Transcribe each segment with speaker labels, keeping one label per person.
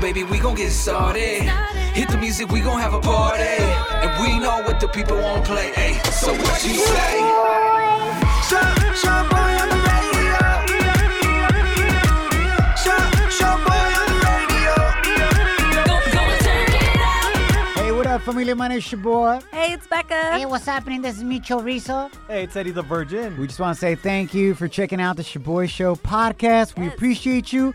Speaker 1: baby, we gon' get started. Hit the music, we gon' have a party. And we know what the people want play. Hey, so what you say?
Speaker 2: Hey, what up, family? My name's Shaboy.
Speaker 3: Hey, it's Becca.
Speaker 4: Hey, what's happening? This is Micho Rizzo.
Speaker 5: Hey, it's Eddie the Virgin.
Speaker 2: We just want to say thank you for checking out the Shaboy Show podcast. We
Speaker 3: Yes.
Speaker 2: appreciate you.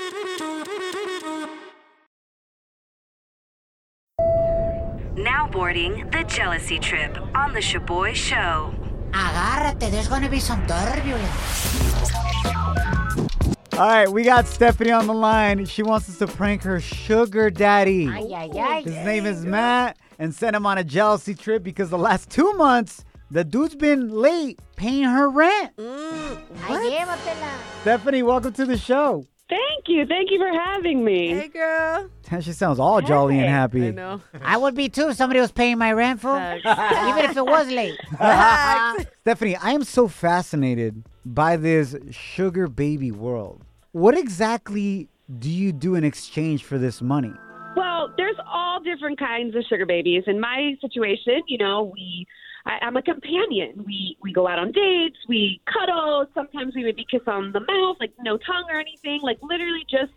Speaker 6: Now boarding the jealousy trip on the Shaboy Show.
Speaker 4: Agárrate, there's gonna be some turbulence.
Speaker 2: All right, we got Stephanie on the line. She wants us to prank her sugar daddy.
Speaker 4: Ay, ay, ay.
Speaker 2: His name is Matt and sent him on a jealousy trip because the last two months, the dude's been late paying her rent.
Speaker 4: Ay, llévatela.
Speaker 2: Stephanie, welcome to the show.
Speaker 7: Thank you. Thank you for having me.
Speaker 3: Hey, girl.
Speaker 2: She sounds all jolly and happy.
Speaker 7: I know.
Speaker 4: I would be too if somebody was paying my rent for even if it was late.
Speaker 2: Stephanie, I am so fascinated by this sugar baby world. What exactly do you do in exchange for this money?
Speaker 7: Well, there's all different kinds of sugar babies. In my situation, you know, we I, I'm a companion. We we go out on dates, we cuddle, sometimes we maybe kiss on the mouth, like no tongue or anything, like literally just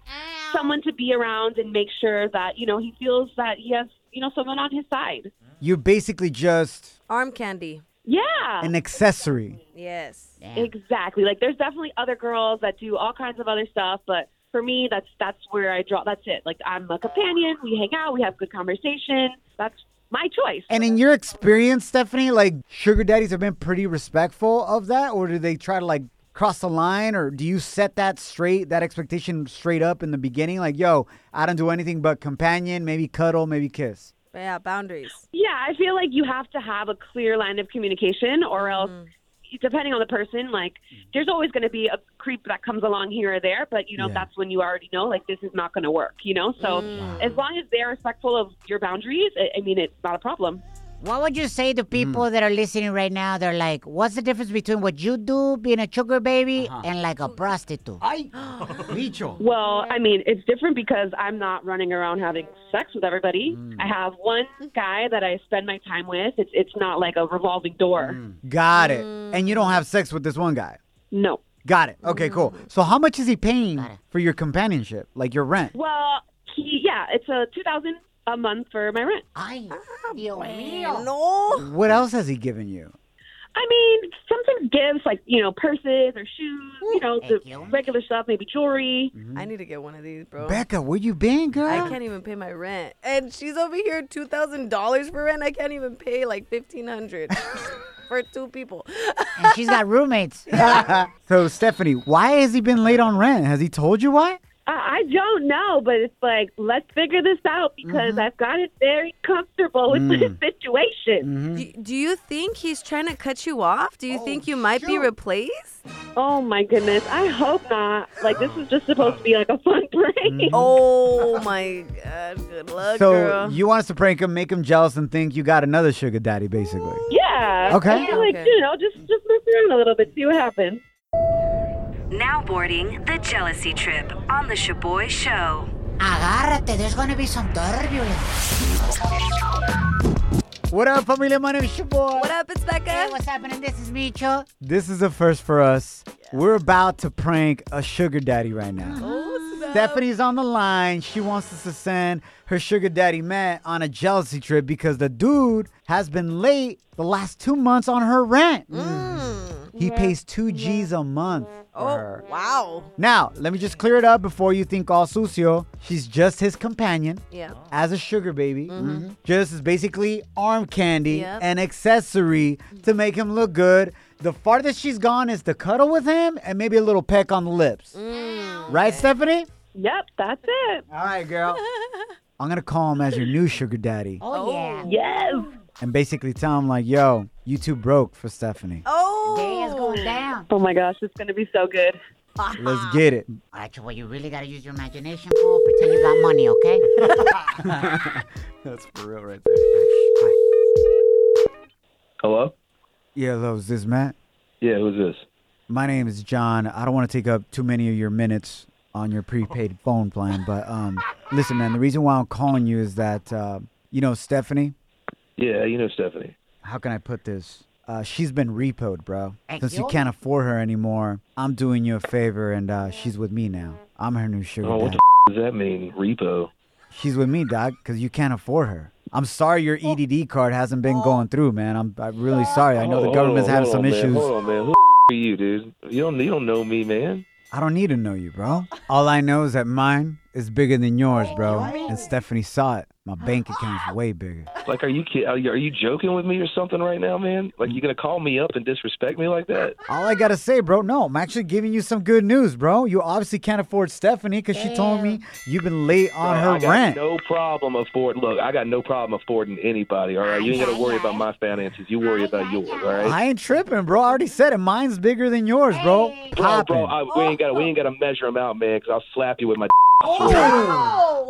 Speaker 7: someone to be around and make sure that, you know, he feels that he has, you know, someone on his side.
Speaker 2: You're basically just
Speaker 3: Arm candy.
Speaker 7: Yeah.
Speaker 2: an accessory.
Speaker 3: Yes.
Speaker 7: Exactly. Like there's definitely other girls that do all kinds of other stuff, but for me that's that's where I draw that's it. Like I'm a companion, we hang out, we have good conversation. That's my choice.
Speaker 2: And in your experience, Stephanie, like sugar daddies have been pretty respectful of that, or do they try to like cross the line, or do you set that straight, that expectation straight up in the beginning? Like, yo, I don't do anything but companion, maybe cuddle, maybe kiss.
Speaker 3: Yeah, boundaries.
Speaker 7: yeah, I feel like you have to have a clear line of communication or else
Speaker 2: Mm-hmm.
Speaker 7: depending on the person, like there's always going to be a creep that comes along here or there, but you know
Speaker 2: Yeah.
Speaker 7: that's when you already know like this is not going to work, you know? So
Speaker 2: Mm.
Speaker 7: as long as they're respectful of your boundaries, I, I mean it's not a problem.
Speaker 4: What would you say to people
Speaker 2: Mm.
Speaker 4: that are listening right now? They're like, what's the difference between what you do being a sugar baby and like a prostitute?
Speaker 2: Uh-huh. I, Micho.
Speaker 7: Well, I mean, it's different because I'm not running around having sex with everybody.
Speaker 4: Mm.
Speaker 7: I have one guy that I spend my time with. It's it's not like a revolving door.
Speaker 4: Mm.
Speaker 2: Got it. And you don't have sex with this one guy.
Speaker 7: No.
Speaker 2: Got it. Okay, cool.
Speaker 4: Mm.
Speaker 2: So how much is he paying for your companionship, like your rent?
Speaker 7: Well, he yeah, it's a 2000 a month for my rent.
Speaker 4: Ay, Dios mío.
Speaker 3: No.
Speaker 2: What else has he given you?
Speaker 7: I mean, sometimes gifts like, you know, purses or shoes, you know, the
Speaker 4: Thank you. Mm-hmm.
Speaker 7: regular stuff, maybe jewelry.
Speaker 3: I need to get one of these, bro.
Speaker 2: Becca, where you been, girl?
Speaker 3: I can't even pay my rent. And she's over here $2,000 for rent. I can't even pay like 1500 for two people.
Speaker 4: And she's got roommates.
Speaker 2: so Stephanie, why has he been late on rent? Has he told you why?
Speaker 7: I I don't know, but it's like, let's figure this out because
Speaker 4: Mm-hmm.
Speaker 7: I've got it very comfortable with this
Speaker 4: Mm.
Speaker 7: situation.
Speaker 3: Do, do you think he's trying to cut you off? Do you think you might be replaced?
Speaker 7: Oh my goodness. I hope not. Like this is just supposed to be like a fun prank.
Speaker 3: Oh my God. Good luck,
Speaker 2: so
Speaker 3: girl.
Speaker 2: you want us to prank him, make him jealous, and think you got another sugar daddy, basically.
Speaker 7: Yeah.
Speaker 2: Okay.
Speaker 7: I feel like,
Speaker 3: Okay.
Speaker 7: you know, just just mess around a little bit, see what happens.
Speaker 6: Now boarding the jealousy trip on the Shaboy Show.
Speaker 4: Agárrate, there's gonna be some turbulence.
Speaker 2: What up, familia? My name is your boy.
Speaker 3: what up, it's Becca?
Speaker 4: Hey, what's happening? This is Micho.
Speaker 2: This is a first for us. We're about to prank a sugar daddy right now.
Speaker 4: Uh-huh.
Speaker 2: Stephanie's on the line. She wants us to send her sugar daddy Matt on a jealousy trip because the dude has been late the last two months on her rent.
Speaker 4: Mm.
Speaker 2: He pays two G's a month. for her.
Speaker 3: Wow.
Speaker 2: Now, let me just clear it up before you think all sucio. She's just his companion
Speaker 3: Yeah.
Speaker 2: Oh. as a sugar baby, Mm-hmm. just as basically arm candy,
Speaker 3: Yep.
Speaker 2: an accessory to make him look good. The farthest she's gone is to cuddle with him and maybe a little peck on the lips. Right, Stephanie?
Speaker 7: Yep, that's it.
Speaker 2: All right, girl. I'm gonna call him as your new sugar daddy
Speaker 4: Oh, yeah.
Speaker 7: Yes.
Speaker 2: and basically tell him like, "Yo, you too broke for Stephanie."
Speaker 3: Oh.
Speaker 4: Day is going down.
Speaker 7: Oh my gosh, it's gonna be so good.
Speaker 2: Let's get it.
Speaker 4: All right, well, you really got to use your imagination, fool. Pretend you got money, okay?
Speaker 2: That's for real right there.
Speaker 8: Hello?
Speaker 2: Yeah, hello, is this Matt?
Speaker 8: Yeah, who's this?
Speaker 2: My name is John. I don't want to take up too many of your minutes on your prepaid phone plan, but um, listen, man, the reason why I'm calling you is that, uh, you know, Stephanie,
Speaker 8: Yeah, you know Stephanie.
Speaker 2: how can I put this? Uh, she's been repoed, bro.
Speaker 4: Thank
Speaker 2: Since you
Speaker 4: you.
Speaker 2: can't afford her anymore, I'm doing you a favor, and uh, she's with me now. I'm her new sugar
Speaker 8: Oh, what
Speaker 2: daddy.
Speaker 8: the f- does that mean? Repo.
Speaker 2: She's with me, dog, because you can't afford her. I'm sorry your EDD card hasn't been going through, man. I'm, I'm really sorry. I know the
Speaker 8: Hold-
Speaker 2: government's
Speaker 8: hold
Speaker 2: having
Speaker 8: on,
Speaker 2: some
Speaker 8: Oh. hold on, man. Hold on,
Speaker 2: issues.
Speaker 8: man. Who the f- are you, dude? You don't you don't know me, man.
Speaker 2: I don't need to know you, bro. All I know is that mine is bigger than yours, bro. And Stephanie saw it. My bank account's way bigger.
Speaker 8: Like, are you kid? Are you, are you joking with me or something right now, man? Like, you gonna call me up and disrespect me like that?
Speaker 2: All I gotta say, bro, no, I'm actually giving you some good news, bro. You obviously can't afford Stephanie because she told me you've been late on
Speaker 8: I
Speaker 2: her
Speaker 8: got
Speaker 2: rent.
Speaker 8: no problem affording. Look, I got no problem affording anybody. All right, you ain't gotta worry about my finances. You worry about yours. All right.
Speaker 2: I ain't tripping, bro. I already said it. Mine's bigger than yours, bro.
Speaker 8: Bro, bro,
Speaker 2: Poppin'.
Speaker 8: I, we ain't gotta we ain't gotta measure them out, man. Cause I'll slap you with my.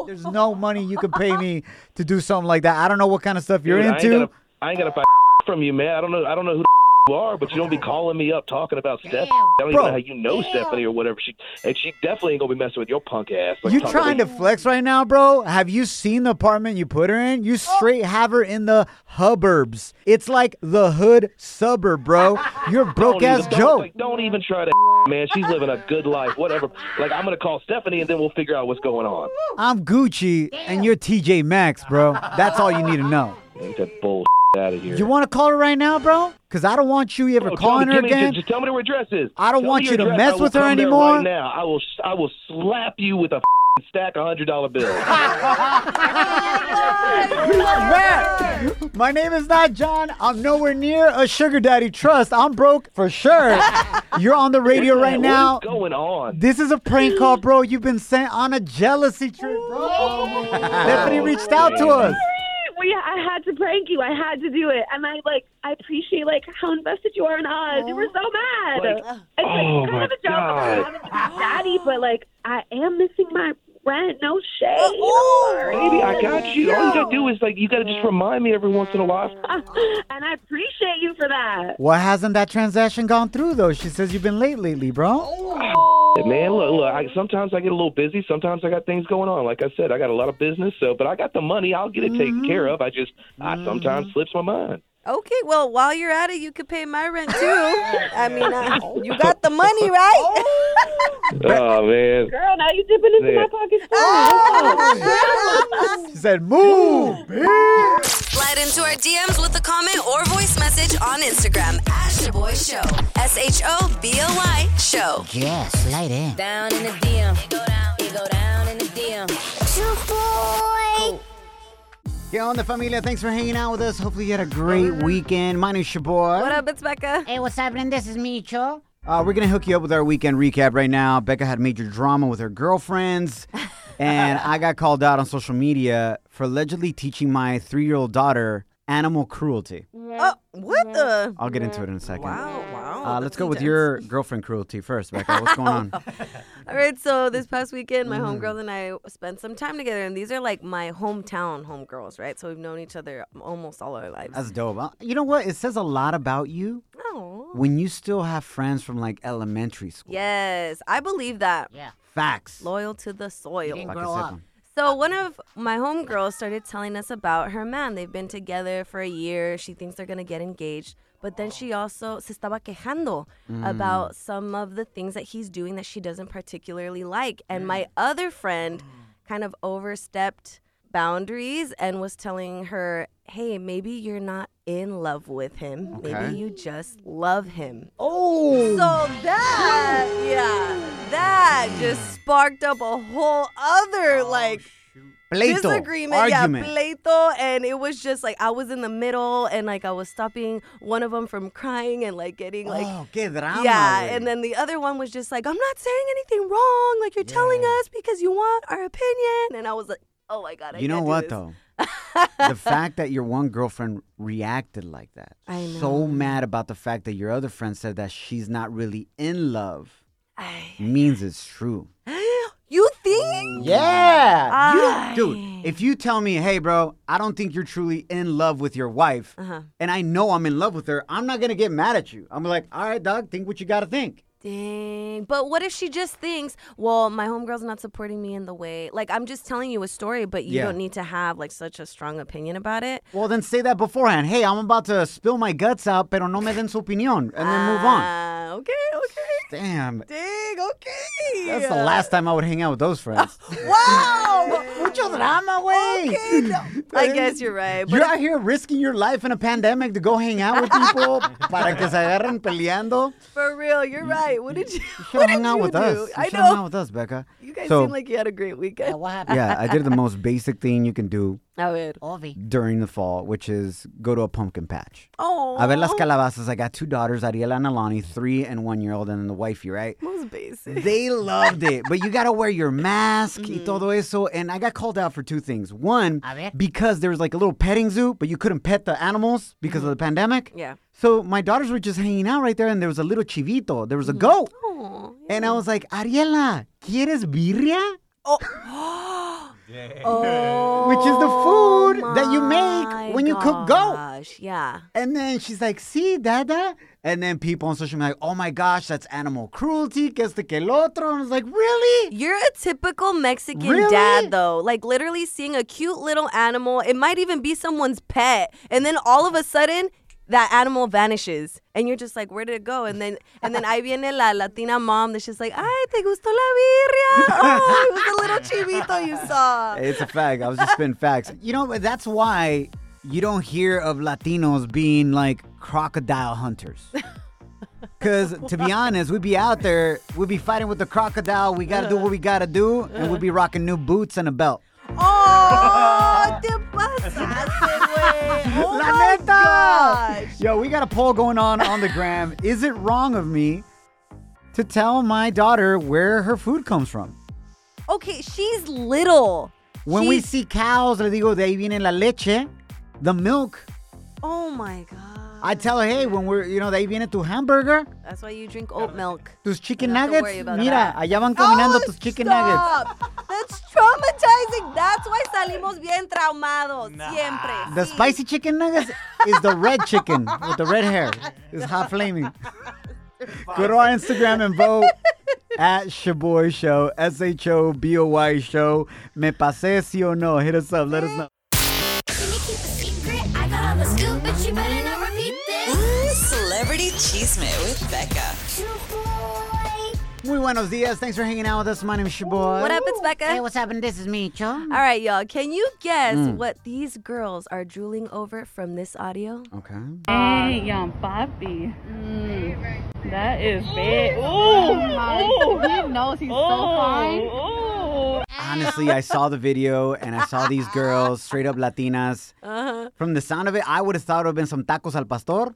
Speaker 2: There's no money you could pay me to do something like that. I don't know what kind of stuff you're
Speaker 8: Dude, I ain't
Speaker 2: into.
Speaker 8: gotta, I ain't gotta buy from you, man. I don't know. I don't know who the you are, but you don't be calling me up talking about Stephanie. I don't even
Speaker 2: Bro.
Speaker 8: know how you know Stephanie or whatever. She and she definitely ain't gonna be messing with your punk ass. Like,
Speaker 2: You
Speaker 8: talking
Speaker 2: trying to
Speaker 8: about-
Speaker 2: flex right now, bro? Have you seen the apartment you put her in?
Speaker 8: Oh.
Speaker 2: You straight have her in the huburbs. It's like the hood suburb, bro. You're a broke
Speaker 8: Don't
Speaker 2: ass
Speaker 8: even- don't-
Speaker 2: Joe.
Speaker 8: Like, don't even try to, man. She's living a good life. Whatever. Like I'm gonna call Stephanie and then we'll figure out what's going on.
Speaker 2: I'm Gucci and you're TJ Maxx, bro. That's all you need to know.
Speaker 8: Get that bull out of here.
Speaker 2: You want to call her right now, bro? Because I don't want you ever
Speaker 8: Oh, tell
Speaker 2: calling
Speaker 8: me-
Speaker 2: her
Speaker 8: give me-
Speaker 2: again.
Speaker 8: Just, just tell me where her address is.
Speaker 2: I
Speaker 8: Tell
Speaker 2: don't
Speaker 8: me
Speaker 2: want
Speaker 8: your
Speaker 2: you to
Speaker 8: address.
Speaker 2: mess
Speaker 8: I will
Speaker 2: with her
Speaker 8: come there
Speaker 2: anymore.
Speaker 8: Right now, I will. I will slap you with a stack of hundred dollar bills.
Speaker 2: Matt, my name is not John. I'm nowhere near a sugar daddy trust. I'm broke for sure. You're on the radio right now.
Speaker 8: What is going on?
Speaker 2: This is a prank call, bro. You've been sent on a jealousy trip, bro. Stephanie reached out to us.
Speaker 7: Well, yeah, I had to prank you. I had to do it, and I like I appreciate like how invested you are in us. You were so mad.
Speaker 8: Like,
Speaker 7: it's like,
Speaker 8: oh
Speaker 7: I
Speaker 8: my
Speaker 7: have a job. I
Speaker 8: God.
Speaker 7: have a daddy, but like I am missing my rent. No shade. I'm
Speaker 8: Oh.
Speaker 7: sorry.
Speaker 8: Baby, I got you. All you gotta do is like you gotta just remind me every once in a while.
Speaker 7: and I appreciate you for that.
Speaker 2: Why hasn't that transaction gone through though? She says you've been late lately, bro.
Speaker 8: Man, look, look. I, sometimes I get a little busy. Sometimes I got things going on. Like I said, I got a lot of business. So, but I got the money. I'll get it
Speaker 2: Mm-hmm.
Speaker 8: taken care of. I just, I sometimes slips my mind.
Speaker 3: Oh. Okay, well, while you're at it, you could pay my rent too. I mean, I, you got the money, right?
Speaker 8: Oh man.
Speaker 7: Girl, now you dipping into
Speaker 8: Yeah.
Speaker 7: my pockets.
Speaker 9: Ah!
Speaker 7: Oh,
Speaker 2: She said, move.
Speaker 10: Slide into our DMs with a comment or voice message on Instagram at Shaboy Show. S H O B O Y Show.
Speaker 4: yeah, slide in.
Speaker 10: Down in the DM. It go down. It go down in the DM.
Speaker 2: Get on the familia. Thanks for hanging out with us. Hopefully you had a great weekend. My name's Shaboy.
Speaker 3: What up, it's Becca.
Speaker 4: Hey, what's happening? This is Micho.
Speaker 2: Uh, we're gonna hook you up with our weekend recap right now. Becca had major drama with her girlfriends, and I got called out on social media for allegedly teaching my three-year-old daughter animal cruelty.
Speaker 3: Oh, what the?
Speaker 2: I'll get into it in a second.
Speaker 3: Wow, wow.
Speaker 2: Uh, let's go with your girlfriend cruelty first, Becca. What's going
Speaker 3: Oh.
Speaker 2: on?
Speaker 3: All right, so this past weekend, my homegirl and I spent some time together, and these are like my hometown homegirls, right? So we've known each other almost all our lives.
Speaker 2: That's dope. Uh, You know what? It says a lot about you
Speaker 3: Aw.
Speaker 2: when you still have friends from like elementary school.
Speaker 3: Yes, I believe that.
Speaker 4: Yeah.
Speaker 2: Facts.
Speaker 3: Loyal to the soil.
Speaker 4: didn't
Speaker 2: Fucking
Speaker 4: grow
Speaker 2: sick
Speaker 4: up.
Speaker 2: one.
Speaker 3: So one of my homegirls started telling us about her man. They've been together for a year. She thinks they're gonna get engaged. But then she also se estaba quejando about some of the things that he's doing that she doesn't particularly like. And my other friend kind of overstepped boundaries and was telling her, "Hey, maybe you're not in love with him.
Speaker 2: Okay.
Speaker 3: Maybe you just love him." So that, yeah, that just sparked up a whole other like
Speaker 2: Pleito,
Speaker 3: disagreement.
Speaker 2: argument.
Speaker 3: Yeah, pleito, and it was just like I was in the middle, and like I was stopping one of them from crying and like getting like.
Speaker 2: oh, qué drama.
Speaker 3: yeah,
Speaker 2: güey.
Speaker 3: and then the other one was just like, I'm not saying anything wrong. Like, you're telling us because you want our opinion. And I was like, oh my God. I
Speaker 2: you know
Speaker 3: can't do
Speaker 2: what
Speaker 3: this.
Speaker 2: though? the fact that your one girlfriend reacted like that,
Speaker 3: I
Speaker 2: so mad about the fact that your other friend said that she's not really in love, means it's true.
Speaker 3: You think?
Speaker 2: Yeah,
Speaker 3: Ay.
Speaker 2: you, dude. If you tell me, hey, bro, I don't think you're truly in love with your wife,
Speaker 3: Uh-huh.
Speaker 2: and I know I'm in love with her, I'm not gonna get mad at you. I'm like, all right, dog, think what you gotta think.
Speaker 3: Dang. But what if she just thinks, well, my homegirl's not supporting me in the way. Like, I'm just telling you a story, but you
Speaker 2: Yeah.
Speaker 3: don't need to have like such a strong opinion about it.
Speaker 2: Well, then say that beforehand. Hey, I'm about to spill my guts out, pero no me den su opinión, and then move on.
Speaker 3: Ah, okay, okay.
Speaker 2: Damn,
Speaker 3: Dang, okay.
Speaker 2: that's the last time I would hang out with those friends.
Speaker 3: Wow.
Speaker 2: Mucho drama, way.
Speaker 3: I guess you're right. But
Speaker 2: You're out here risking your life in a pandemic to go hang out with people para que se agarren peleando.
Speaker 3: for real, you're right. What did you,
Speaker 2: Should
Speaker 3: what
Speaker 2: have hung
Speaker 3: did
Speaker 2: out
Speaker 3: you
Speaker 2: with
Speaker 3: do?
Speaker 2: us.
Speaker 3: I
Speaker 2: should hung out
Speaker 3: know.
Speaker 2: with us, Becca.
Speaker 3: You guys
Speaker 2: So-
Speaker 3: seem like you had a great weekend.
Speaker 4: What happened?
Speaker 2: yeah, I did the most basic thing you can do
Speaker 3: A ver.
Speaker 4: Ovi.
Speaker 2: during the fall, which is go to a pumpkin patch.
Speaker 3: Oh.
Speaker 2: A ver las calabazas. I got two daughters, Ariela and Alani, three and one year old, and then the wifey, right?
Speaker 3: Most basic.
Speaker 2: They loved it, but you gotta wear your mask
Speaker 3: Mm-hmm.
Speaker 2: y todo eso. And I got called out for two things. One,
Speaker 4: A ver.
Speaker 2: because there was like a little petting zoo, but you couldn't pet the animals because of the pandemic.
Speaker 3: Mm-hmm. Yeah.
Speaker 2: So my daughters were just hanging out right there, and there was a little chivito. There was a goat,
Speaker 3: Mm-hmm. Oh.
Speaker 2: and I was like, Ariela, quieres birria?
Speaker 3: Oh.
Speaker 2: Which is the food that you
Speaker 3: my
Speaker 2: make when you cook goat.
Speaker 3: gosh, Yeah.
Speaker 2: And then she's like, see, dada. And then people on social media like, oh my gosh, that's animal cruelty. Que este que el otro. And I was like, really?
Speaker 3: You're a typical Mexican
Speaker 2: Really?
Speaker 3: dad, though. Like, literally seeing a cute little animal. It might even be someone's pet. And then all of a sudden, that animal vanishes. And you're just like, where did it go? And then, and then ahí viene la Latina mom that's just like, ay, te gustó la birria. Oh, it was a little chivito you saw.
Speaker 2: It's a fact. I was just spitting facts. You know, but that's why you don't hear of Latinos being like crocodile hunters. Because to be honest, we'd be out there, we'd be fighting with the crocodile. We got to do what we got to do. And we'd be rocking new boots and a belt.
Speaker 3: Oh, te pasaste, güey. Oh,
Speaker 2: La
Speaker 3: my
Speaker 2: neta!
Speaker 3: gosh.
Speaker 2: Yo, we got a poll going on on the gram. Is it wrong of me to tell my daughter where her food comes from?
Speaker 3: Okay, she's little.
Speaker 2: When we
Speaker 3: She's-
Speaker 2: see cows, le digo, de ahí viene la leche, the milk.
Speaker 3: Oh, my God.
Speaker 2: I tell her, hey, when we're, you know, de ahí viene tu hamburger,
Speaker 3: That's why you drink oat milk.
Speaker 2: tus chicken
Speaker 3: Don't have to
Speaker 2: nuggets.
Speaker 3: worry about
Speaker 2: Mira,
Speaker 3: that. Oh,
Speaker 2: allá van caminando tus chicken nuggets.
Speaker 3: nuggets. That's traumatizing. That's why salimos bien traumados. Siempre.
Speaker 2: The
Speaker 3: sí.
Speaker 2: spicy chicken nuggets is the red chicken with the red hair. It's hot flaming. Go to our Instagram and vote at Shaboy Show, S H O B O Y Show. Me pasé si o no. Hit us up. Let us know.
Speaker 10: Celebrity Cheesemate with Becca.
Speaker 2: Muy buenos dias. Thanks for hanging out with us. My name is Shaboy.
Speaker 3: What up, it's Becca.
Speaker 4: Hey, what's happening? This is Micho.
Speaker 3: All right, y'all. Can you guess
Speaker 2: Mm.
Speaker 3: what these girls are drooling over from this audio?
Speaker 2: Oh. Okay.
Speaker 9: Damn, papi. That is big. Ooh, ooh. He knows he's so fine.
Speaker 2: Honestly, I saw the video and I saw these girls, straight up Latinas.
Speaker 3: Uh-huh.
Speaker 2: From the sound of it, I would have thought it would have been some tacos al pastor.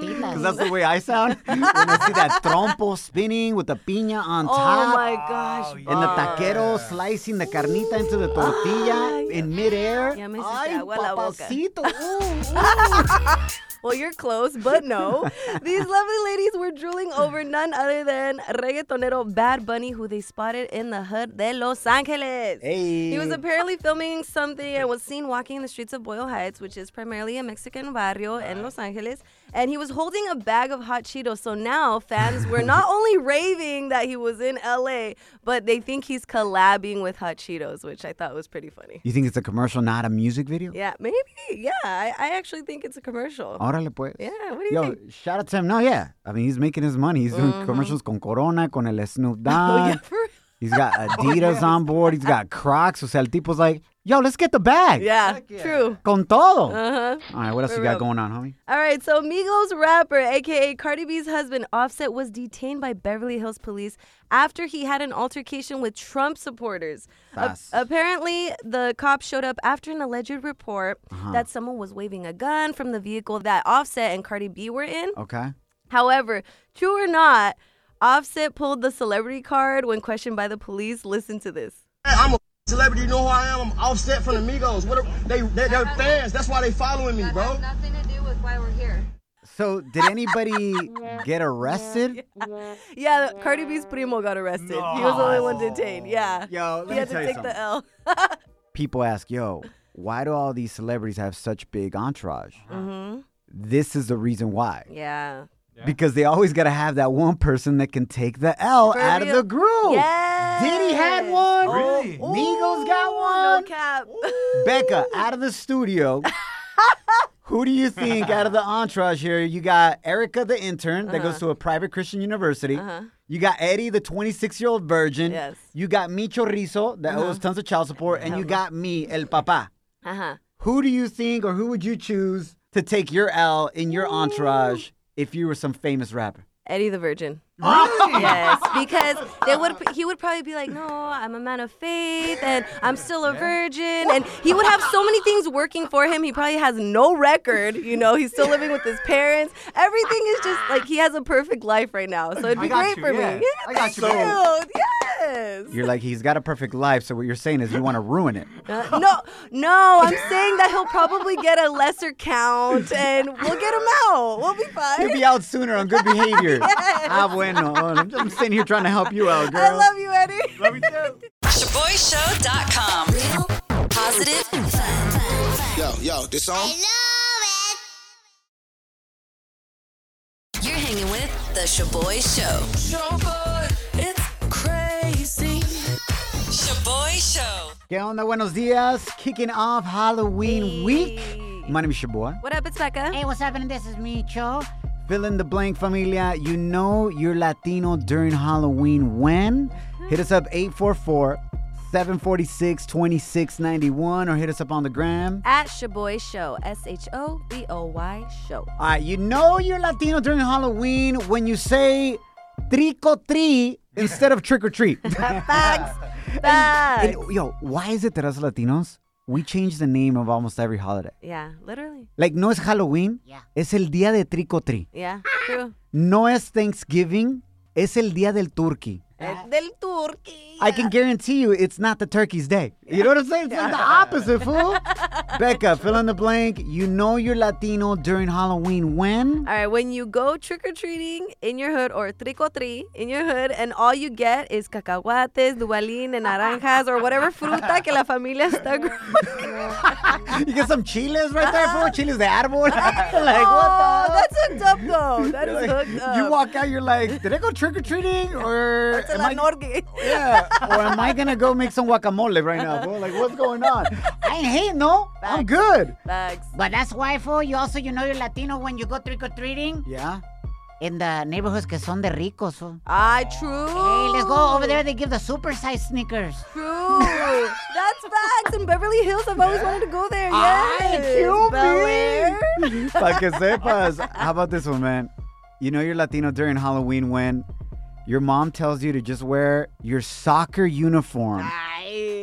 Speaker 2: Because that's the way I sound. when I see that trompo spinning with the piña on
Speaker 3: Oh
Speaker 2: top.
Speaker 3: my gosh.
Speaker 2: And the taquero slicing the carnita into the tortilla in midair.
Speaker 3: Ya me hiciste
Speaker 2: Ay,
Speaker 3: agua la boca.
Speaker 2: papacito.
Speaker 4: Uh,
Speaker 2: Ooh,
Speaker 3: Well, you're close, but no. These lovely ladies were drooling over none other than reggaetonero Bad Bunny, who they spotted in the hood de Los Angeles.
Speaker 2: Hey.
Speaker 3: He was apparently filming something and was seen walking in the streets of Boyle Heights, which is primarily a Mexican barrio in Los Angeles. And he was holding a bag of hot Cheetos. So now fans were not only raving that he was in LA, but they think he's collabing with hot Cheetos, which I thought was pretty funny.
Speaker 2: You think it's a commercial, not a music video?
Speaker 3: Yeah, maybe. Yeah, I, I actually think it's a commercial.
Speaker 2: Órale, pues.
Speaker 3: Yeah, what do you
Speaker 2: Yo,
Speaker 3: think?
Speaker 2: shout out to him. No, yeah. I mean, he's making his money. He's doing commercials con Corona, con el Snoop Dogg.
Speaker 3: Uh-huh. Oh, yeah, for real. Oh,
Speaker 2: He's got Adidas on board. He's got Crocs. O sea, el tipo's like, yo, let's get the bag.
Speaker 3: Yeah, true.
Speaker 2: Con todo.
Speaker 3: Uh-huh.
Speaker 2: All right, what else
Speaker 3: For
Speaker 2: you
Speaker 3: real.
Speaker 2: got going on, homie?
Speaker 3: All right, so Migos rapper, aka Cardi B's husband, Offset, was detained by Beverly Hills police after he had an altercation with Trump supporters. Ap-
Speaker 2: Fast.
Speaker 3: apparently, the cops showed up after an alleged report
Speaker 4: Uh-huh.
Speaker 3: that someone was waving a gun from the vehicle that Offset and Cardi B were in.
Speaker 2: Okay.
Speaker 3: However, true or not, Offset pulled the celebrity card when questioned by the police. Listen to this.
Speaker 11: celebrity. You know who I am? I'm Offset from the Migos. What are, they, they, they're fans. That's why they following me, bro.
Speaker 12: nothing to do with why we're here.
Speaker 4: So did anybody get arrested?
Speaker 3: Yeah, Cardi B's primo got arrested. He was the only one detained. Yeah.
Speaker 4: Yo, let
Speaker 3: he
Speaker 4: me
Speaker 3: had
Speaker 4: tell
Speaker 3: to
Speaker 4: you
Speaker 3: take the
Speaker 4: something.
Speaker 3: L.
Speaker 4: People ask, yo, why do all these celebrities have such big entourage?
Speaker 3: hmm
Speaker 4: This is the reason why.
Speaker 3: Yeah.
Speaker 4: Because they always got to have that one person that can take the L
Speaker 3: For
Speaker 4: out
Speaker 3: real.
Speaker 4: of the group.
Speaker 3: Yes.
Speaker 4: Diddy had one.
Speaker 3: Really?
Speaker 4: Migos got
Speaker 3: No
Speaker 4: one.
Speaker 3: cap.
Speaker 4: Becca, out of the studio. Who do you think out of the entourage here? You got Erica, the intern that goes
Speaker 3: Uh-huh.
Speaker 4: to a private Christian university.
Speaker 3: Uh-huh.
Speaker 4: You got Eddie, the 26 year old virgin.
Speaker 3: Yes.
Speaker 4: You got me, Chorizo, that
Speaker 3: Uh-huh.
Speaker 4: owes tons of child support. And you got me, El Papa.
Speaker 3: Uh-huh.
Speaker 4: Who do you think or who would you choose to take your L in your entourage if you were some famous rapper?
Speaker 3: Eddie the Virgin. yes, because they would he would probably be like, "No, I'm a man of faith and I'm still a virgin." And he would have so many things working for him. He probably has no record, you know, he's still living with his parents. Everything is just like he has a perfect life right now. So it'd
Speaker 4: I
Speaker 3: be
Speaker 4: got
Speaker 3: great
Speaker 4: you,
Speaker 3: for
Speaker 4: yeah.
Speaker 3: me. Yeah,
Speaker 4: I got
Speaker 3: thank
Speaker 4: you, babe.
Speaker 3: you. Yes.
Speaker 4: You're like, he's got a perfect life, so what you're saying is you want to ruin it.
Speaker 3: Uh, no, no, I'm saying that he'll probably get a lesser count and we'll get him out. We'll be fine.
Speaker 4: You'll be out sooner on good behavior.
Speaker 3: Yes.
Speaker 4: Ah, bueno. I'm, I'm sitting here trying to help you out, girl.
Speaker 3: I love you, Eddie.
Speaker 4: Love you too.
Speaker 10: ShaboyShow.com. Real, positive, fun.
Speaker 13: Yo, yo, this song?
Speaker 10: You're hanging with The Shaboy Show. Shaboy, it's crazy. Shaboy Show.
Speaker 4: ¿Qué onda? Buenos dias. Kicking off Halloween week. My name is Shaboy.
Speaker 3: What up, it's Becca.
Speaker 2: Hey, what's happening? This is Micho.
Speaker 4: Fill in the blank, familia. You know you're Latino during Halloween when? Hit us up 844 746 2691 or hit us up on the gram.
Speaker 3: At Shaboy Show, S H O B O Y Show.
Speaker 4: All right, you know you're Latino during Halloween when you say trico tri instead of trick or treat.
Speaker 3: Facts. Facts.
Speaker 4: And, yo, why is it that us Latinos, we change the name of almost every holiday?
Speaker 3: yeah, literally.
Speaker 4: Like, no es Halloween, es el día de trico tri.
Speaker 3: Yeah, true.
Speaker 4: No es Thanksgiving, es el día del turkey.
Speaker 3: El Eh, Del turkey.
Speaker 4: I can guarantee you it's not the turkey's day. You know what I'm saying? It's like the opposite, fool. Becca, fill in the blank. You know you're Latino during Halloween when?
Speaker 3: All right, when you go trick or treating in your hood or tricotri in your hood, and all you get is cacahuates, dubalín, and naranjas, or whatever fruta que la familia está growing.
Speaker 4: You get some chiles right there, fool. Chiles de árbol. like,
Speaker 3: oh,
Speaker 4: what the?
Speaker 3: That's hooked up, though. Oh, That
Speaker 4: You're
Speaker 3: is
Speaker 4: like-
Speaker 3: hooked up.
Speaker 4: You walk out, you're like, did I go trick or treating or
Speaker 3: That's a la norgue.
Speaker 4: yeah, or am I gonna go make some guacamole right now? Bro? Like, what's going on? I ain't hating, no. I'm good.
Speaker 2: But that's why, fool, you also, you know, you're Latino when you go trick or treating
Speaker 4: Yeah.
Speaker 2: in the neighborhoods que son de ricos, fool.
Speaker 3: Ah, true.
Speaker 2: Hey, let's go over there. They give the super size sneakers.
Speaker 3: True. That's facts. In Beverly Hills, I've always wanted to go there.
Speaker 2: Ay,
Speaker 3: Yes.
Speaker 2: Cubi.
Speaker 3: Bel Air.
Speaker 4: Pa' que sepas. How about this one, man? You know you're Latino during Halloween when your mom tells you to just wear your soccer uniform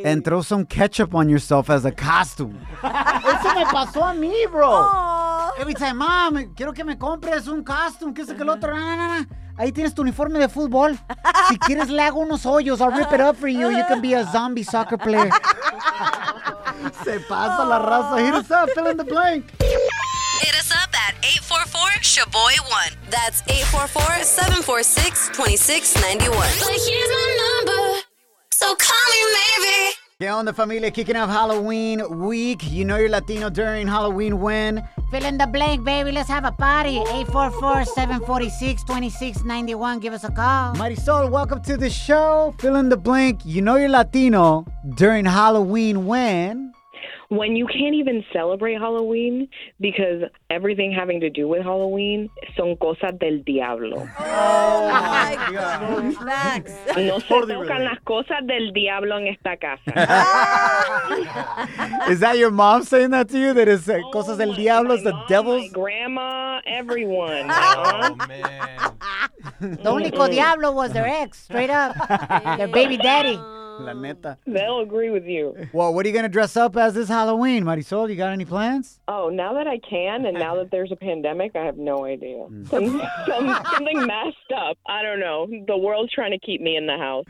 Speaker 4: and throw some ketchup on yourself as a costume. Eso me pasó a mí, bro.
Speaker 3: Oh,
Speaker 4: Every time, mom, quiero que me compres un costume, que es el otro. Na, na, na. Ahí tienes tu uniforme de fútbol. Si quieres, le hago unos hoyos. I'll rip it up for you. You can be a zombie soccer player. Se pasa la raza. Hit us up. Fill in the blank.
Speaker 10: Hit us up at 844 Shaboy1. That's 844 746 2691. But here's my number, so call me maybe.
Speaker 4: ¿Qué onda, familia? Kicking off Halloween week. You know you're Latino during Halloween when?
Speaker 2: Fill in the blank, baby. Let's have a party. 844-746-2691. Give us a call.
Speaker 4: Marisol, welcome to the show. Fill in the blank. You know you're Latino during Halloween when?
Speaker 7: when you can't even celebrate Halloween because everything having to do with Halloween son cosas del diablo.
Speaker 3: Oh
Speaker 7: No se tocan las cosas del diablo en esta casa.
Speaker 4: Is that your mom saying that to you? That is uh,
Speaker 14: Oh
Speaker 4: cosas del diablo, it's the devil's.
Speaker 7: Grandma, everyone. Oh, man.
Speaker 2: The only co diablo was their ex, straight up. their baby daddy.
Speaker 4: La neta.
Speaker 7: They'll agree with you.
Speaker 4: Well, what are you going to dress up as this Halloween, Marisol? You got any plans?
Speaker 7: Oh, now that I can, and now that there's a pandemic, I have no idea. Some, some, something messed up. I don't know. The world's trying to keep me in the house.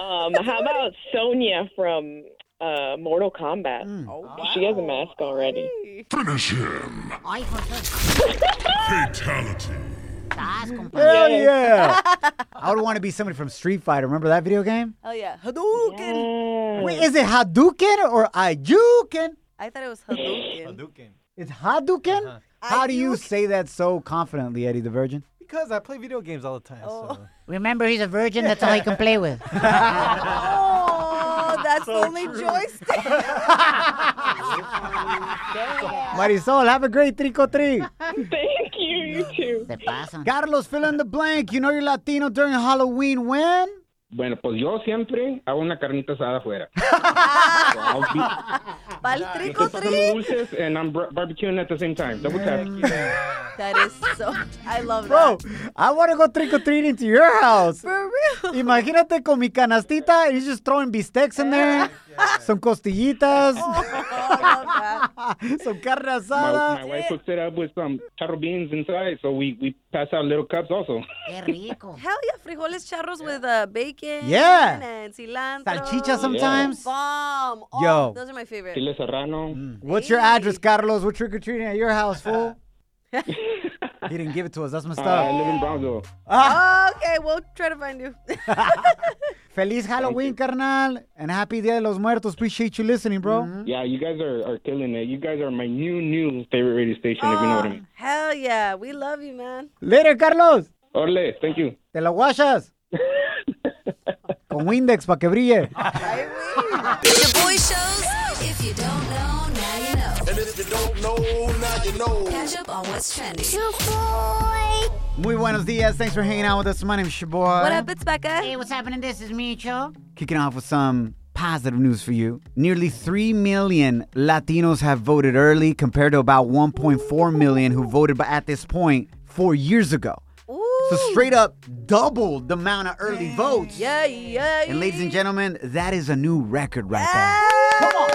Speaker 15: Um, how about Sonya from uh, Mortal Kombat? She has a mask already.
Speaker 16: Finish him.
Speaker 4: Ay,
Speaker 16: Fatality.
Speaker 2: Hell yeah! I would want to be somebody from Street Fighter. Remember that video game?
Speaker 3: Oh yeah, Hadouken.
Speaker 2: Wait, is it Hadouken or Ayuken?
Speaker 3: I thought it was Hadouken. Hadouken.
Speaker 2: It's Hadouken? How do you say that so confidently, Eddie the Virgin?
Speaker 5: Because I play video games all the time. So.
Speaker 4: Remember, he's a virgin. That's all he can play with.
Speaker 3: Oh, that's the only joystick.
Speaker 2: Marisol, have a great trick-or-treat.
Speaker 15: Thank you, you too.
Speaker 2: Carlos, fill in the blank. You know you're Latino during Halloween when?
Speaker 14: Bueno, pues yo siempre hago una carnita asada afuera.
Speaker 3: Pal trick or
Speaker 14: Estoy pasando
Speaker 3: treat.
Speaker 14: dulces and I'm bar- barbecuing at the same time. Double tap.
Speaker 3: That is so. I love
Speaker 2: Bro,
Speaker 3: that.
Speaker 2: Oh, I want to go trick-or-treating to your house.
Speaker 3: For real.
Speaker 2: Imagínate con mi canastita and he's just throwing bistecs in there, some costillitas,
Speaker 3: Oh,
Speaker 2: some carne
Speaker 14: My,
Speaker 2: asada.
Speaker 14: my wife hooks it up with some charro beans inside, so we, we pass out little cups also.
Speaker 3: Hell yeah, frijoles charros with uh, bacon.
Speaker 14: Yeah.
Speaker 3: And cilantro.
Speaker 2: Salchicha sometimes.
Speaker 3: Bomb. Oh,
Speaker 2: Yo.
Speaker 3: Those are my favorite.
Speaker 14: Chile serrano.
Speaker 2: What's your address, Carlos? We're trick or treating at your house, fool. he didn't give it to us. That's messed
Speaker 14: Uh,
Speaker 2: up.
Speaker 14: I live in Brownsville.
Speaker 2: Ah.
Speaker 3: Oh, Okay, we'll try to find you.
Speaker 2: Feliz Halloween, carnal, and happy Dia de los Muertos. Appreciate you listening, bro.
Speaker 8: Mm-hmm.
Speaker 14: Yeah, you guys are, are killing it. You guys are my new, new favorite radio station, if you know what I
Speaker 3: Ah.
Speaker 14: mean.
Speaker 3: Hell yeah. We love you, man.
Speaker 2: Later, Carlos.
Speaker 14: Orle, thank you.
Speaker 2: Te la guachas. Con Windex para que brille.
Speaker 10: The boy shows. If you don't know, now you know.
Speaker 17: And if you don't know, now you know.
Speaker 10: Catch up on what's trending.
Speaker 2: Muy buenos dias. Thanks for hanging out with us. My name's Shaboy.
Speaker 4: What up,
Speaker 3: it's Becca.
Speaker 4: Hey, what's happening? This is Micho.
Speaker 2: Kicking off with some positive news for you. Nearly 3 million Latinos have voted early compared to about 1.4 million who voted by- at this point four years ago. So, straight up double the amount of early votes.
Speaker 3: Yeah, yeah.
Speaker 2: And, ladies and gentlemen, that is a new record right there. Come on.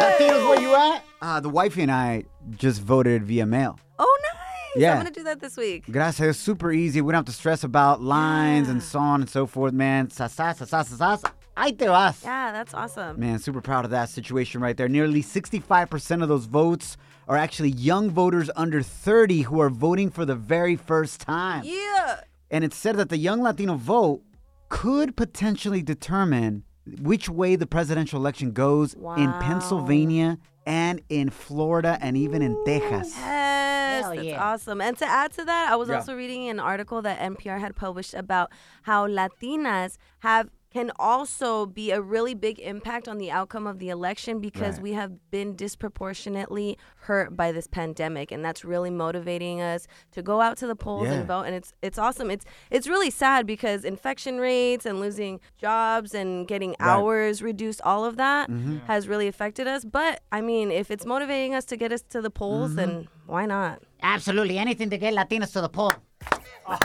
Speaker 2: Latinos, where you at? Uh, the wifey and I just voted via mail.
Speaker 3: Oh, nice.
Speaker 2: Yeah.
Speaker 3: I'm going to do that this week.
Speaker 2: Gracias, it's super easy. We don't have to stress about lines and so on and so forth, man. Sa, sa, sa, sa, sa, sa. Ahí te vas.
Speaker 3: Yeah, that's awesome.
Speaker 2: Man, super proud of that situation right there. Nearly 65% of those votes are actually young voters under 30 who are voting for the very first time.
Speaker 3: Yeah.
Speaker 2: And it's said that the young Latino vote could potentially determine which way the presidential election goes in
Speaker 3: Wow.
Speaker 2: Pennsylvania and in Florida and even in Texas.
Speaker 3: Yes, that's awesome. And to add to that, I was
Speaker 2: Yeah.
Speaker 3: also reading an article that NPR had published about how Latinas have can also be a really big impact on the outcome of the election because
Speaker 10: Right.
Speaker 3: we have been disproportionately hurt by this pandemic and that's really motivating us to go out to the polls
Speaker 10: Yeah.
Speaker 3: and vote and it's it's awesome. It's it's really sad because infection rates and losing jobs and getting hours reduced all of that
Speaker 2: Mm-hmm.
Speaker 10: Mhm.
Speaker 3: has really affected us. But I mean, if it's motivating us to get us to the polls, then
Speaker 2: Mm-hmm.
Speaker 3: why not?
Speaker 4: Absolutely. Anything to get Latinos to the poll.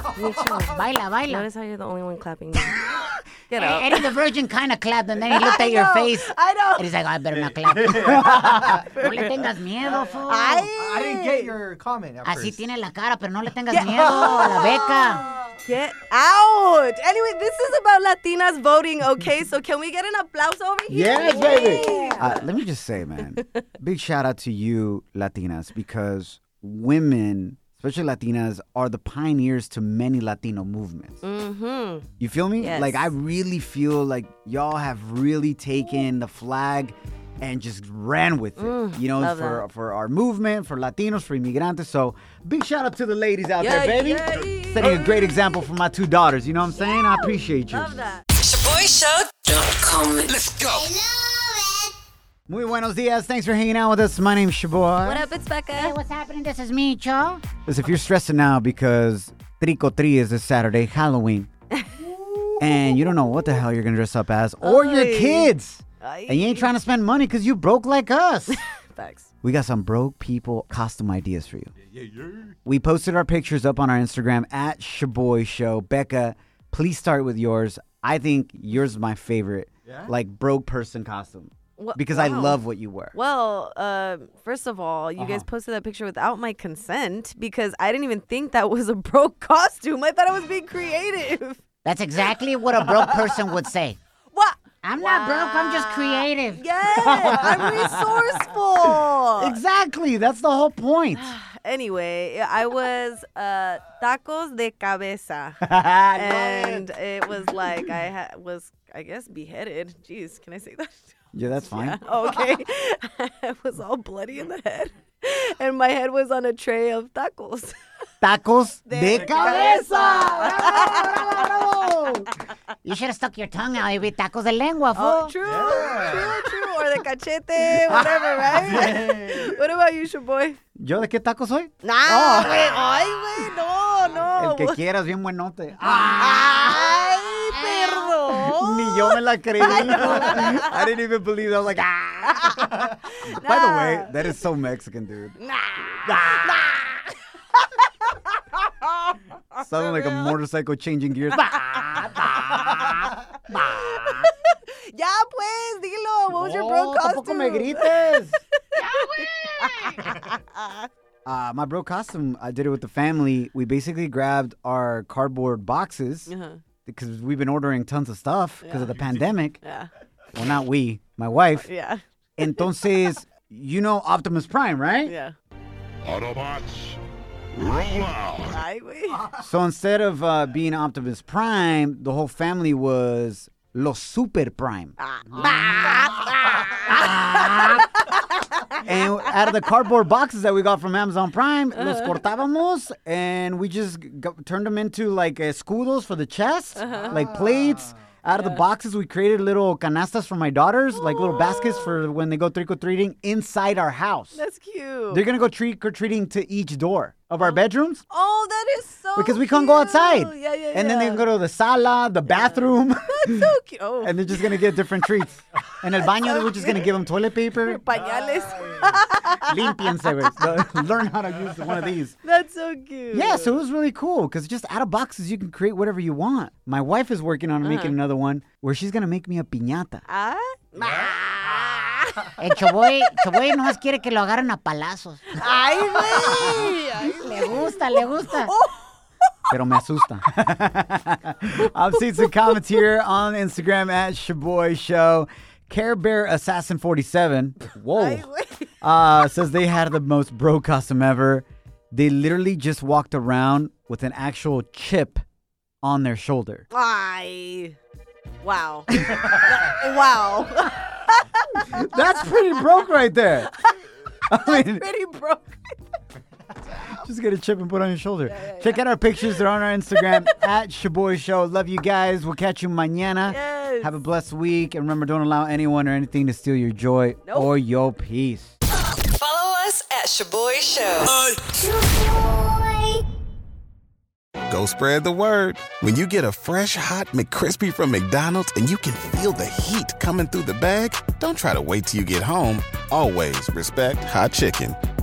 Speaker 4: Baila, baila.
Speaker 3: Notice how you're the only one clapping. Get
Speaker 4: Eh,
Speaker 3: up.
Speaker 4: Eddie the Virgin kind of clapped, and then he looked
Speaker 3: I
Speaker 4: at your
Speaker 3: know,
Speaker 4: face.
Speaker 3: I know.
Speaker 4: And he's like, I better not clap. no le tengas miedo, fool.
Speaker 17: Ah.
Speaker 5: I didn't get your comment. At
Speaker 4: Así
Speaker 5: first.
Speaker 4: tiene la cara, pero no le tengas
Speaker 5: Yeah.
Speaker 4: miedo a la beca.
Speaker 3: Get out. Anyway, this is about Latinas voting, okay? So can we get an applause over here?
Speaker 2: Yes, baby. Uh, let me just say, man, big shout out to you, Latinas, because women, especially Latinas, are the pioneers to many Latino movements.
Speaker 3: Mm-hmm.
Speaker 2: You feel me?
Speaker 3: Yes.
Speaker 2: Like, I really feel like y'all have really taken the flag and just ran with it,
Speaker 3: Mm,
Speaker 2: you know,
Speaker 3: love
Speaker 2: for,
Speaker 3: that.
Speaker 2: for our movement, for Latinos, for immigrantes. So, big shout out to the ladies out
Speaker 10: Yeah,
Speaker 2: there, baby.
Speaker 10: yeah.
Speaker 2: Setting a great example for my two daughters, you know what I'm saying? I appreciate you.
Speaker 10: ShaboyShow.com. Let's go.
Speaker 2: Muy buenos dias. Thanks for hanging out with us. My name's Shaboy.
Speaker 3: up, it's Becca.
Speaker 4: Hey, what's happening? This is Micho.
Speaker 2: Listen, if you're stressing out because Trick or Treat is this Saturday, Halloween, and you don't know what the hell you're gonna dress up as, or your
Speaker 4: Ay.
Speaker 2: kids, and you ain't trying to spend money because you broke like us.
Speaker 3: Thanks.
Speaker 2: We got some broke people costume ideas for you. We posted our pictures up on our Instagram at Shaboy Show. Becca, please start with yours. I think yours is my favorite,
Speaker 3: Yeah?
Speaker 2: like broke person costume,
Speaker 3: Wha-
Speaker 2: because I
Speaker 3: wow.
Speaker 2: love what you wear.
Speaker 3: Well, uh, first of all, you guys
Speaker 2: Uh-huh.
Speaker 3: posted that picture without my consent because I didn't even think that was a broke costume. I thought I was being creative.
Speaker 4: That's exactly what a broke person would say.
Speaker 18: I'm not broke. I'm just creative.
Speaker 19: Yes, I'm resourceful.
Speaker 2: Exactly. That's the whole point.
Speaker 3: Anyway, I was uh, tacos de cabeza,
Speaker 2: I love
Speaker 3: and it was like I ha- was, I guess, beheaded. Jeez, can I say that?
Speaker 2: Yeah, that's fine.
Speaker 3: Oh, okay. I was all bloody in the head, and my head was on a tray of tacos.
Speaker 2: Tacos de, cabeza.
Speaker 18: You should have stuck your tongue out. It'd be tacos de lengua, fool.
Speaker 3: Oh, true, true, true. Or the cachete, whatever, right? what about you, Shaboy?
Speaker 2: ¿Yo de qué tacos soy?
Speaker 3: Nah,
Speaker 2: Oh.
Speaker 3: güey. Ay, güey, no, no.
Speaker 2: El que quieras, bien buenote. Ah,
Speaker 3: Ay, perdón.
Speaker 2: Ni yo me la creí. I didn't even believe it. I was like, ah. By the way, that is so Mexican, dude. Sounded like a motorcycle changing gears.
Speaker 3: Ya, pues, dilo. What was your bro
Speaker 2: No,
Speaker 3: costume?
Speaker 2: tampoco me grites. Uh, my bro costume, I did it with the family. We basically grabbed our cardboard boxes
Speaker 3: Uh-huh.
Speaker 2: because we've been ordering tons of stuff because of the pandemic.
Speaker 3: Yeah.
Speaker 2: Well, not we, my wife.
Speaker 3: Yeah.
Speaker 2: Entonces, you know Optimus Prime, right?
Speaker 3: Yeah.
Speaker 20: Autobots, roll out.
Speaker 3: Ay, güey.
Speaker 2: So instead of uh, being Optimus Prime, the whole family was Los Super Prime. and out of the cardboard boxes that we got from Amazon Prime, los cortábamos and we just g- g- turned them into like escudos for the chest, like plates. Out of the boxes, we created little canastas for my daughters, like little baskets for when they go trick or treating inside our house.
Speaker 3: That's cute.
Speaker 2: They're gonna go trick or treating to each door of our bedrooms
Speaker 3: Oh, that is so
Speaker 2: because we can't go outside.
Speaker 3: cute. Yeah, yeah,
Speaker 2: And then they
Speaker 3: yeah.
Speaker 2: can go to the sala, the bathroom,
Speaker 3: That's so cute. Oh,
Speaker 2: and they're just gonna get different treats. And el baño,
Speaker 3: so
Speaker 2: we're just gonna give them toilet paper.
Speaker 3: pañales.
Speaker 2: Ah. Limpiense, güey. learn how to use one of these.
Speaker 3: That's so cute.
Speaker 2: Yeah, so it was really cool because just out of boxes you can create whatever you want. My wife is working on
Speaker 3: Uh-huh.
Speaker 2: making another one where she's gonna make me a piñata.
Speaker 3: Ah,
Speaker 18: El Choboy, Choboy nomás quiere que lo agarren a palazos.
Speaker 3: Ay, güey. Ay,
Speaker 18: Le gusta, le gusta.
Speaker 2: Pero me asusta. I've seen some comments here on Instagram at Shaboy Show. Care Bear Assassin 47. Whoa. Uh, says they had the most bro costume ever. They literally just walked around with an actual chip on their shoulder.
Speaker 3: Ay. Wow. wow.
Speaker 2: That's pretty broke right there. I mean,
Speaker 3: Pretty broke.
Speaker 2: just get a chip and put it on your shoulder. Check out our pictures. They're on our Instagram at Shaboy Show. Love you guys. We'll catch you mañana.
Speaker 3: Yes.
Speaker 2: Have a blessed week. And remember, don't allow anyone or anything to steal your joy or your peace.
Speaker 19: Follow us at Shaboy Show.
Speaker 4: Go spread the word. When you get a fresh hot McCrispy from McDonald's and you can feel the heat coming through the bag, don't try to wait till you get home. Always respect hot chicken.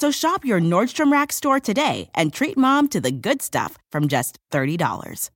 Speaker 7: So shop your Nordstrom Rack store today and treat mom to the good stuff from just $30.